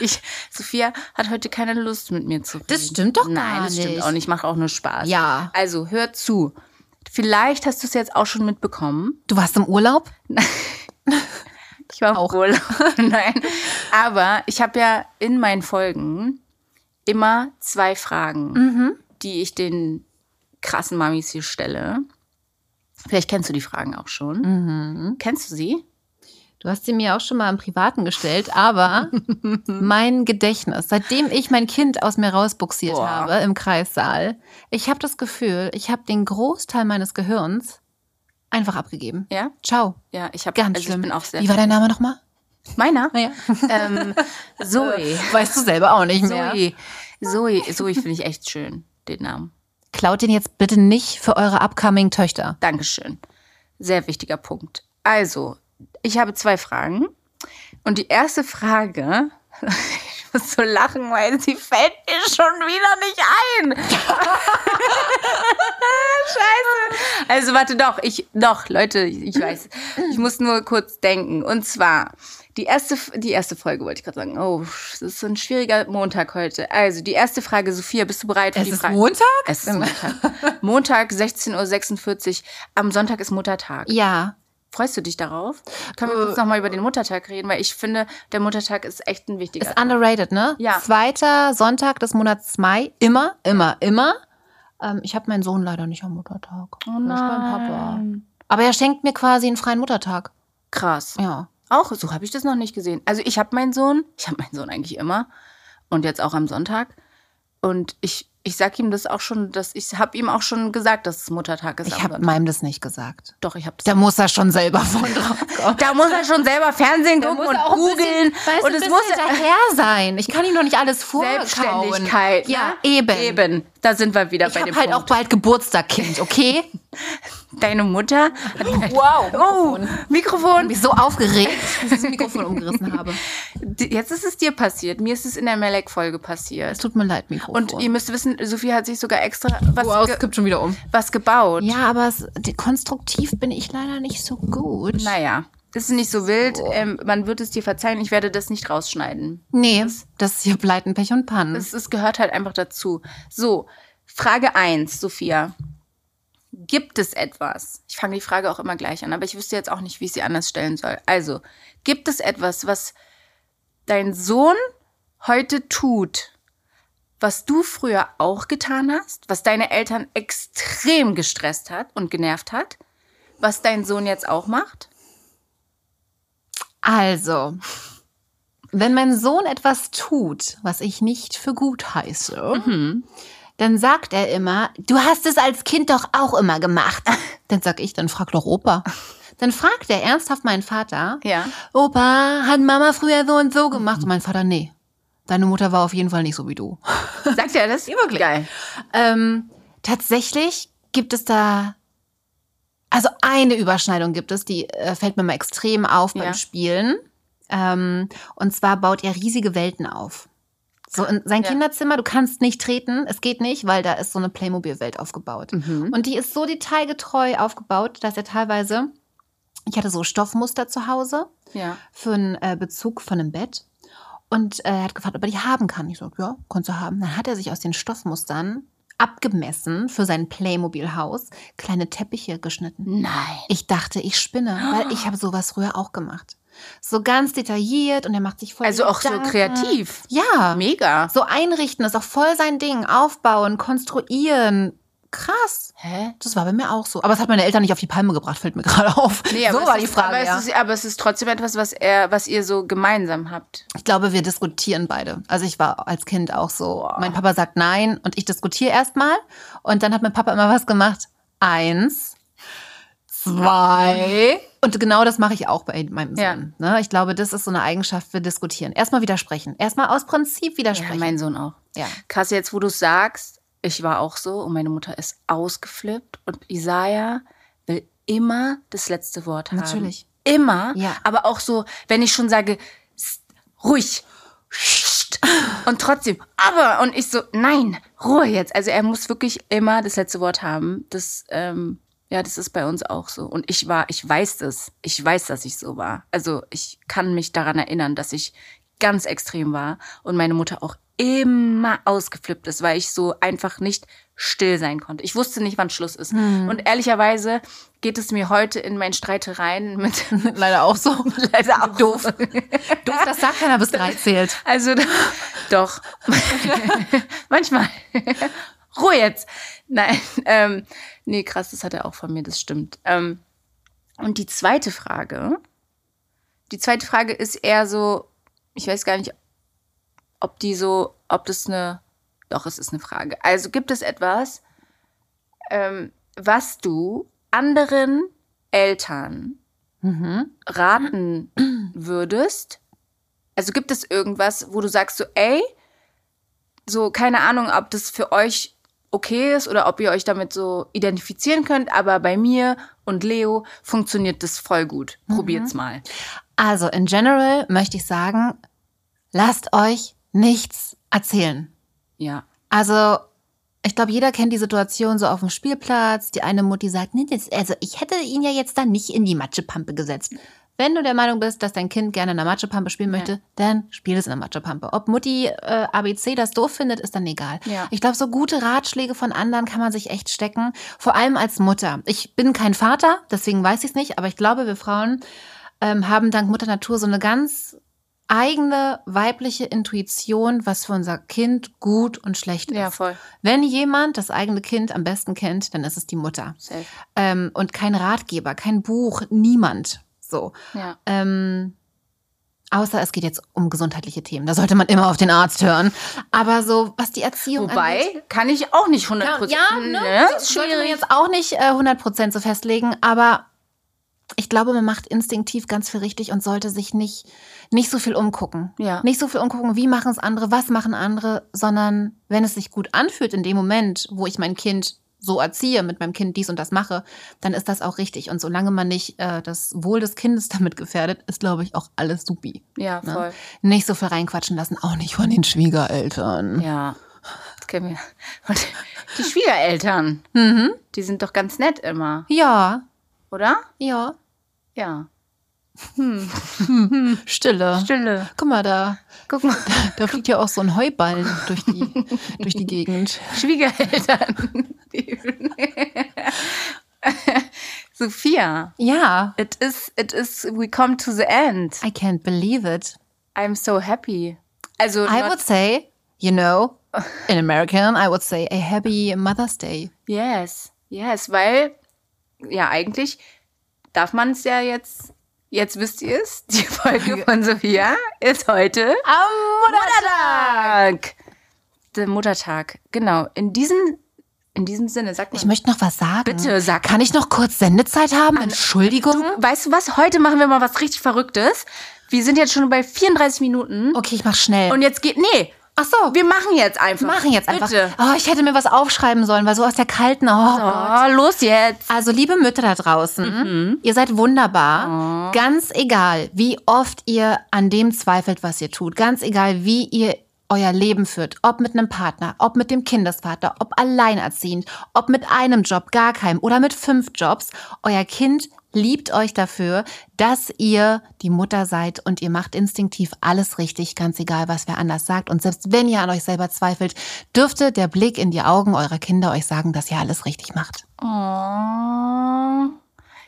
A: Ich, Sophia hat heute keine Lust, mit mir zu reden.
B: Das stimmt doch
A: Nein,
B: gar
A: das stimmt
B: nicht.
A: auch nicht. Macht auch nur Spaß.
B: Ja.
A: Also, hör zu. Vielleicht hast du es jetzt auch schon mitbekommen.
B: Du warst im Urlaub?
A: Ich war auch
B: Auch.
A: wohl. Nein. Aber ich habe ja in meinen Folgen immer zwei Fragen,
B: Mhm.
A: die ich den krassen Mamis hier stelle. Vielleicht kennst du die Fragen auch schon. Kennst du sie?
B: Mhm. Du hast sie mir auch schon mal im Privaten gestellt, aber mein Gedächtnis, seitdem ich mein Kind aus mir rausbuxiert
A: Boah.
B: habe im Kreissaal, ich habe das Gefühl, ich habe den Großteil meines Gehirns einfach abgegeben.
A: Ja?
B: Ciao.
A: Ja, ich habe.
B: Ganz
A: Also ich
B: schlimm.
A: bin auch sehr.
B: Wie war dein Name nochmal?
A: Meiner?
B: Naja.
A: ähm, Zoe.
B: Weißt du selber auch nicht mehr.
A: Zoe. Zoe. Zoe finde ich echt schön, den Namen.
B: Klaut den jetzt bitte nicht für eure upcoming Töchter.
A: Dankeschön. Sehr wichtiger Punkt. Also, ich habe zwei Fragen. Und die erste Frage, ich muss so lachen, weil sie fällt mir schon wieder nicht ein. Scheiße. Also, warte doch, ich, doch, Leute, ich weiß. Ich muss nur kurz denken. Und zwar, die erste, die erste Folge wollte ich gerade sagen. Oh, das ist so ein schwieriger Montag heute. Also, die erste Frage, Sophia, bist du bereit für
B: Es
A: die
B: ist
A: Frage?
B: Montag?
A: Es ist Montag. Montag, 16.46 Uhr. Am Sonntag ist Muttertag.
B: Ja.
A: Freust du dich darauf? Können
B: Äh,
A: wir kurz nochmal über den Muttertag reden? Weil ich finde, der Muttertag ist echt ein wichtiger
B: Ist underrated, ne?
A: Ja.
B: Zweiter Sonntag des Monats Mai. Immer, immer, immer. Ähm, ich habe meinen Sohn leider nicht am Muttertag. Oh Das ist mein Papa. Aber er schenkt mir quasi einen freien Muttertag.
A: Krass.
B: Ja.
A: Auch so habe ich das noch nicht gesehen. Also ich habe meinen Sohn, ich habe meinen Sohn eigentlich immer und jetzt auch am Sonntag. Und ich, ich sag ihm das auch schon, dass ich habe ihm auch schon gesagt, dass es Muttertag ist. am
B: Ich habe
A: Sonntag.
B: meinem das nicht gesagt.
A: Doch, ich habe das.
B: Da muss er schon selber von drauf kommen.
A: Da muss er schon selber Fernsehen gucken und googeln. und es muss
B: hinterher sein. Ich kann ihm noch nicht alles vorkauen.
A: Selbstständigkeit.
B: Ja,
A: ne?
B: eben.
A: Eben. Da sind wir wieder
B: Ich
A: bei
B: habe
A: dem
B: halt auch
A: Punkt.
B: bald Geburtstag, Kind, okay?
A: Deine Mutter.
B: Wow.
A: Oh, Mikrofon.
B: Mich so aufgeregt, dass ich das Mikrofon umgerissen habe.
A: D- Jetzt ist es dir passiert. Mir ist es in der Melek-Folge passiert.
B: Es tut mir leid, Mikrofon.
A: Und ihr müsst wissen, Sophie hat sich sogar extra was, ge
B: kippt schon wieder um.
A: was gebaut.
B: Ja, aber es, die- konstruktiv bin ich leider nicht so gut.
A: Naja, ist nicht so wild. Ähm, man wird es dir verzeihen. Ich werde das nicht rausschneiden.
B: Nee, das hier bleibt ein Pech und Pannen.
A: Es, es gehört halt einfach dazu. So, Frage 1, Sophia. Gibt es etwas? Ich fange die Frage auch immer gleich an, aber ich wüsste jetzt auch nicht, wie ich sie anders stellen soll. Also, gibt es etwas, was dein Sohn heute tut, was du früher auch getan hast, was deine Eltern extrem gestresst hat und genervt hat, was dein Sohn jetzt auch macht?
B: Also, wenn mein Sohn etwas tut, was ich nicht für gut heiße, dann sagt er immer, du hast es als Kind doch auch immer gemacht. Dann sag ich, dann frag doch Opa. Dann fragt er ernsthaft meinen Vater,
A: Ja.
B: Opa, hat Mama früher so und so gemacht? Und mein Vater, nee. Deine Mutter war auf jeden Fall nicht so wie du.
A: Sagt er das? Wirklich. Geil.
B: Ähm, tatsächlich gibt es da. Also eine Überschneidung gibt es, die äh, fällt mir mal extrem auf beim
A: Ja.
B: Spielen. Ähm, und zwar baut er riesige Welten auf. So in sein
A: Ja.
B: Kinderzimmer, du kannst nicht treten, es geht nicht, weil da ist so eine Playmobil-Welt aufgebaut.
A: Mhm.
B: Und die ist so detailgetreu aufgebaut, dass er teilweise, ich hatte so Stoffmuster zu Hause
A: Ja.
B: für einen äh, Bezug von einem Bett. Und äh, er hat gefragt, ob er die haben kann. Ich so, ja, kannst du haben. Dann hat er sich aus den Stoffmustern abgemessen für sein Playmobil-Haus kleine Teppiche geschnitten.
A: Nein.
B: Ich dachte, ich spinne, weil ich habe sowas früher auch gemacht. So ganz detailliert und er macht sich voll.
A: Also auch so
B: Gedanken.
A: kreativ.
B: Ja.
A: Mega.
B: So einrichten ist auch voll sein Ding. Aufbauen, konstruieren. Krass.
A: Hä?
B: Das war bei mir auch so. Aber es hat meine Eltern nicht auf die Palme gebracht, fällt mir gerade auf.
A: Nee, aber
B: so
A: es
B: war
A: ist,
B: die Frage.
A: Aber,
B: ja.
A: es ist, aber es ist trotzdem etwas, was, er, was ihr so gemeinsam habt.
B: Ich glaube, wir diskutieren beide. Also ich war als Kind auch so. Mein Papa sagt nein und ich diskutiere erstmal. Und dann hat mein Papa immer was gemacht. Eins, zwei. Und genau das mache ich auch bei meinem
A: Ja.
B: Sohn. Ne? Ich glaube, das ist so eine Eigenschaft, wir diskutieren. Erstmal widersprechen. Erstmal aus Prinzip
A: Ja,
B: widersprechen.
A: mein Sohn auch.
B: Ja.
A: Krass, jetzt wo du es sagst, ich war auch so und meine Mutter ist ausgeflippt und Isaiah will immer das letzte Wort haben.
B: Natürlich.
A: Immer.
B: Ja.
A: Aber auch so, wenn ich schon sage, "Psst, ruhig. Psst." Und trotzdem, aber, und ich so, nein, Ruhe jetzt. Also er muss wirklich immer das letzte Wort haben. Das, ähm, ja, das ist bei uns auch so. Und ich war, ich weiß das. Ich weiß, dass ich so war. Also ich kann mich daran erinnern, dass ich ganz extrem war und meine Mutter auch immer ausgeflippt ist, weil ich so einfach nicht still sein konnte. Ich wusste nicht, wann Schluss ist. Und ehrlicherweise geht es mir heute in meinen Streitereien mit
B: Leider auch so.
A: leider auch doof.
B: Doof, das sagt keiner bis drei zählt.
A: Also do- doch. Manchmal. Ruhe jetzt. Nein, ähm, nee, krass, das hat er auch von mir, das stimmt. Ähm, und die zweite Frage, die zweite Frage ist eher so, ich weiß gar nicht, ob die so, ob das eine, doch, es ist eine Frage. Also gibt es etwas, ähm, was du anderen Eltern
B: Mhm.
A: raten würdest? Also gibt es irgendwas, wo du sagst so, ey, so keine Ahnung, ob das für euch okay ist oder ob ihr euch damit so identifizieren könnt, aber bei mir und Leo funktioniert das voll gut. Probiert's mal.
B: Also in general möchte ich sagen, lasst euch nichts erzählen.
A: Ja.
B: Also, ich glaube, jeder kennt die Situation so auf dem Spielplatz. Die eine Mutti sagt, nee, das, also ich hätte ihn ja jetzt da nicht in die Matschepampe gesetzt. Wenn du der Meinung bist, dass dein Kind gerne in der Matschepampe spielen möchte, dann spiel es in der Matschepampe. Ob Mutti äh, ABC das doof findet, ist dann egal.
A: Ja.
B: Ich glaube, so gute Ratschläge von anderen kann man sich echt stecken. Vor allem als Mutter. Ich bin kein Vater, deswegen weiß ich es nicht, aber ich glaube, wir Frauen ähm, haben dank Mutter Natur so eine ganz eigene weibliche Intuition, was für unser Kind gut und schlecht
A: Ja,
B: ist.
A: voll.
B: Wenn jemand das eigene Kind am besten kennt, dann ist es die Mutter.
A: Safe.
B: Ähm, und kein Ratgeber, kein Buch, niemand. So.
A: Ja.
B: Ähm, außer es geht jetzt um gesundheitliche Themen. Da sollte man immer auf den Arzt hören. Aber so, was die Erziehung angeht.
A: Wobei kann also ich auch nicht 100
B: Ja, ne?
A: Ist
B: Sollte man
A: schwierig.
B: jetzt auch nicht äh, 100% so festlegen, aber ich glaube, man macht instinktiv ganz viel richtig und sollte sich nicht, nicht so viel umgucken.
A: Ja.
B: Nicht so viel umgucken, wie machen es andere, was machen andere, sondern wenn es sich gut anfühlt in dem Moment, wo ich mein Kind so erziehe, mit meinem Kind dies und das mache, dann ist das auch richtig. Und solange man nicht äh, das Wohl des Kindes damit gefährdet, ist, glaube ich, auch alles supi.
A: Ja,
B: Ne?
A: voll.
B: Nicht so viel reinquatschen lassen, auch nicht von den Schwiegereltern.
A: Ja, das kennen wir. Und die Schwiegereltern, die sind doch ganz nett immer,
B: Ja,
A: oder?
B: ja.
A: Ja.
B: Stille.
A: Stille.
B: Guck mal da.
A: Guck mal.
B: Da fliegt ja auch so ein Heuballen durch die, durch die Gegend.
A: Schwiegereltern. Sophia,
B: Ja.
A: it is, it is, we come to the end.
B: I can't believe it.
A: I'm so happy. Also,
B: I
A: not-
B: would say, you know, in American, I would say a happy Mother's Day.
A: yes, yes, weil, ja, eigentlich darf man es ja jetzt, jetzt wisst ihr es, die Folge von Sophia ist heute
B: Am
A: Muttertag. Der Muttertag, genau. In diesem, in diesem Sinne, sagt
B: Ich
A: man,
B: möchte noch was sagen.
A: Bitte, sag.
B: Kann ich noch kurz Sendezeit haben? Entschuldigung.
A: weißt du was, heute machen wir mal was richtig Verrücktes. Wir sind jetzt schon bei 34 Minuten.
B: Okay, ich mach schnell.
A: Und jetzt geht. Nee,
B: Ach so, wir
A: wir machen jetzt einfach.
B: machen jetzt einfach.
A: Bitte.
B: Oh, ich hätte mir was aufschreiben sollen, weil so aus der kalten. Oh,
A: Oh, los jetzt.
B: Also, liebe Mütter da draußen, ihr seid wunderbar. Ganz egal, wie oft ihr an dem zweifelt, was ihr tut. Ganz egal, wie ihr euer Leben führt. Ob mit einem Partner, ob mit dem Kindesvater, ob alleinerziehend, ob mit einem Job, gar keinem oder mit fünf Jobs. Euer Kind liebt euch dafür, dass ihr die Mutter seid und ihr macht instinktiv alles richtig, ganz egal, was wer anders sagt. Und selbst wenn ihr an euch selber zweifelt, dürfte der Blick in die Augen eurer Kinder euch sagen, dass ihr alles richtig macht.
A: Oh.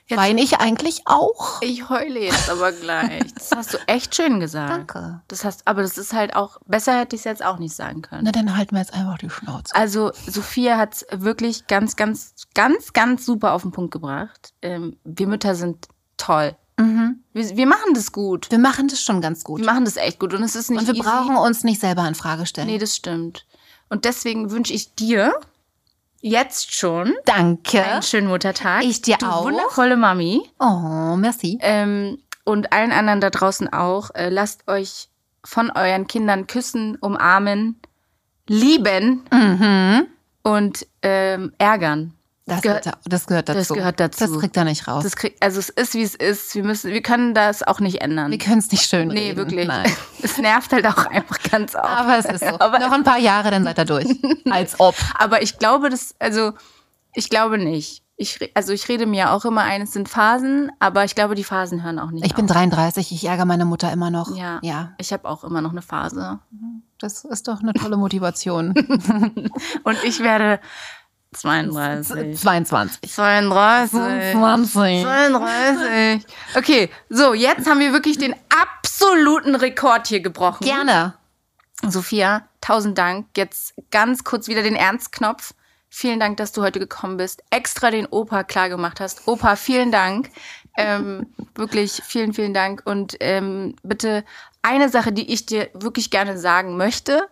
A: Jetzt-
B: Weine ich eigentlich auch?
A: Ich heule jetzt aber gleich. Das hast du echt schön gesagt.
B: Danke.
A: Das hast, aber das ist halt auch, besser hätte ich es jetzt auch nicht sagen können.
B: Na, dann halten wir jetzt einfach die Schnauze.
A: Also Sophia hat es wirklich ganz, ganz, ganz, ganz super auf den Punkt gebracht. Ähm, wir Mütter sind toll.
B: Mhm.
A: Wir, wir machen das gut.
B: Wir machen das schon ganz gut.
A: Wir machen das echt gut und es ist nicht
B: Und wir
A: easy.
B: brauchen uns nicht selber in Frage stellen.
A: Nee, Ne, das stimmt. Und deswegen wünsche ich dir jetzt schon
B: Danke.
A: einen schönen Muttertag.
B: Ich dir
A: du
B: auch.
A: wundervolle Mami.
B: Oh, merci.
A: Ähm, und allen anderen da draußen auch. Äh, lasst euch von euren Kindern küssen, umarmen, lieben
B: Mhm.
A: und ähm, ärgern.
B: Das
A: gehört-
B: gehört, das gehört dazu.
A: das gehört dazu.
B: Das kriegt er nicht raus.
A: Das krieg, also es ist, wie es ist. Wir, müssen, wir können das auch nicht ändern.
B: wir können es nicht schön
A: nee,
B: reden.
A: wirklich.
B: Nein.
A: Es nervt halt auch einfach ganz oft.
B: Aber es ist so.
A: Aber-
B: Noch ein paar Jahre, dann seid ihr durch. Als ob.
A: Aber ich glaube, das, also ich glaube nicht. Ich, re- also ich rede mir auch immer ein, es sind Phasen, aber ich glaube, die Phasen hören auch nicht
B: Ich bin
A: auf.
B: 33, ich ärgere meine Mutter immer noch.
A: Genau. Ja.
B: ja.
A: Ich habe auch immer noch eine Phase.
B: Das ist doch eine tolle Motivation.
A: Und ich werde 32.
B: 22.
A: 32.
B: 22.
A: 32. Okay, so, jetzt haben wir wirklich den absoluten Rekord hier gebrochen.
B: Gerne.
A: Sophia, tausend Dank. Jetzt ganz kurz wieder den Ernstknopf. Vielen Dank, dass du heute gekommen bist. Extra den Opa klar gemacht hast. Opa, vielen Dank. Ähm, wirklich, vielen, vielen Dank. Und ähm, bitte eine Sache, die ich dir wirklich gerne sagen möchte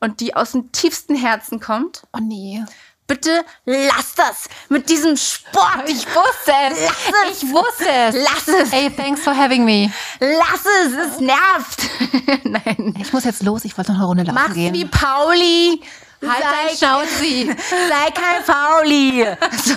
A: und die aus dem tiefsten Herzen kommt.
B: Oh nee.
A: Bitte lass das mit diesem Sport.
B: Ich wusste es.
A: Lass es.
B: Ich wusste es.
A: Lass es.
B: Ey, thanks for having me.
A: Lass es. Es nervt. Nein.
B: Ich muss jetzt los, ich wollte noch eine Runde laufen
A: Mach's
B: gehen.
A: wie Pauli.
B: halt
A: Sei-
B: dein Schnauzi.
A: Sei kein Pauli. So.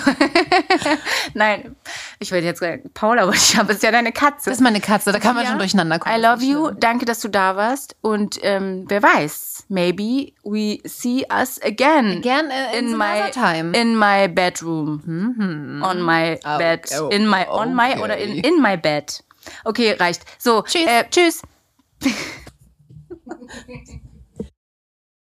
A: Nein, ich wollte jetzt sagen, Paula, aber ich habe es ja deine Katze.
B: Das ist meine Katze, da kann man
A: Ja.
B: schon durcheinander kommen.
A: I love you. Danke, dass du da warst. Und ähm, wer weiß, maybe we see us again.
B: Again, äh, in
A: my
B: another time.
A: In my bedroom. On my bed.
B: oh,
A: in my on my oder in, in my bed. Okay, reicht. So,
B: Tschüss.
A: Äh, tschüss.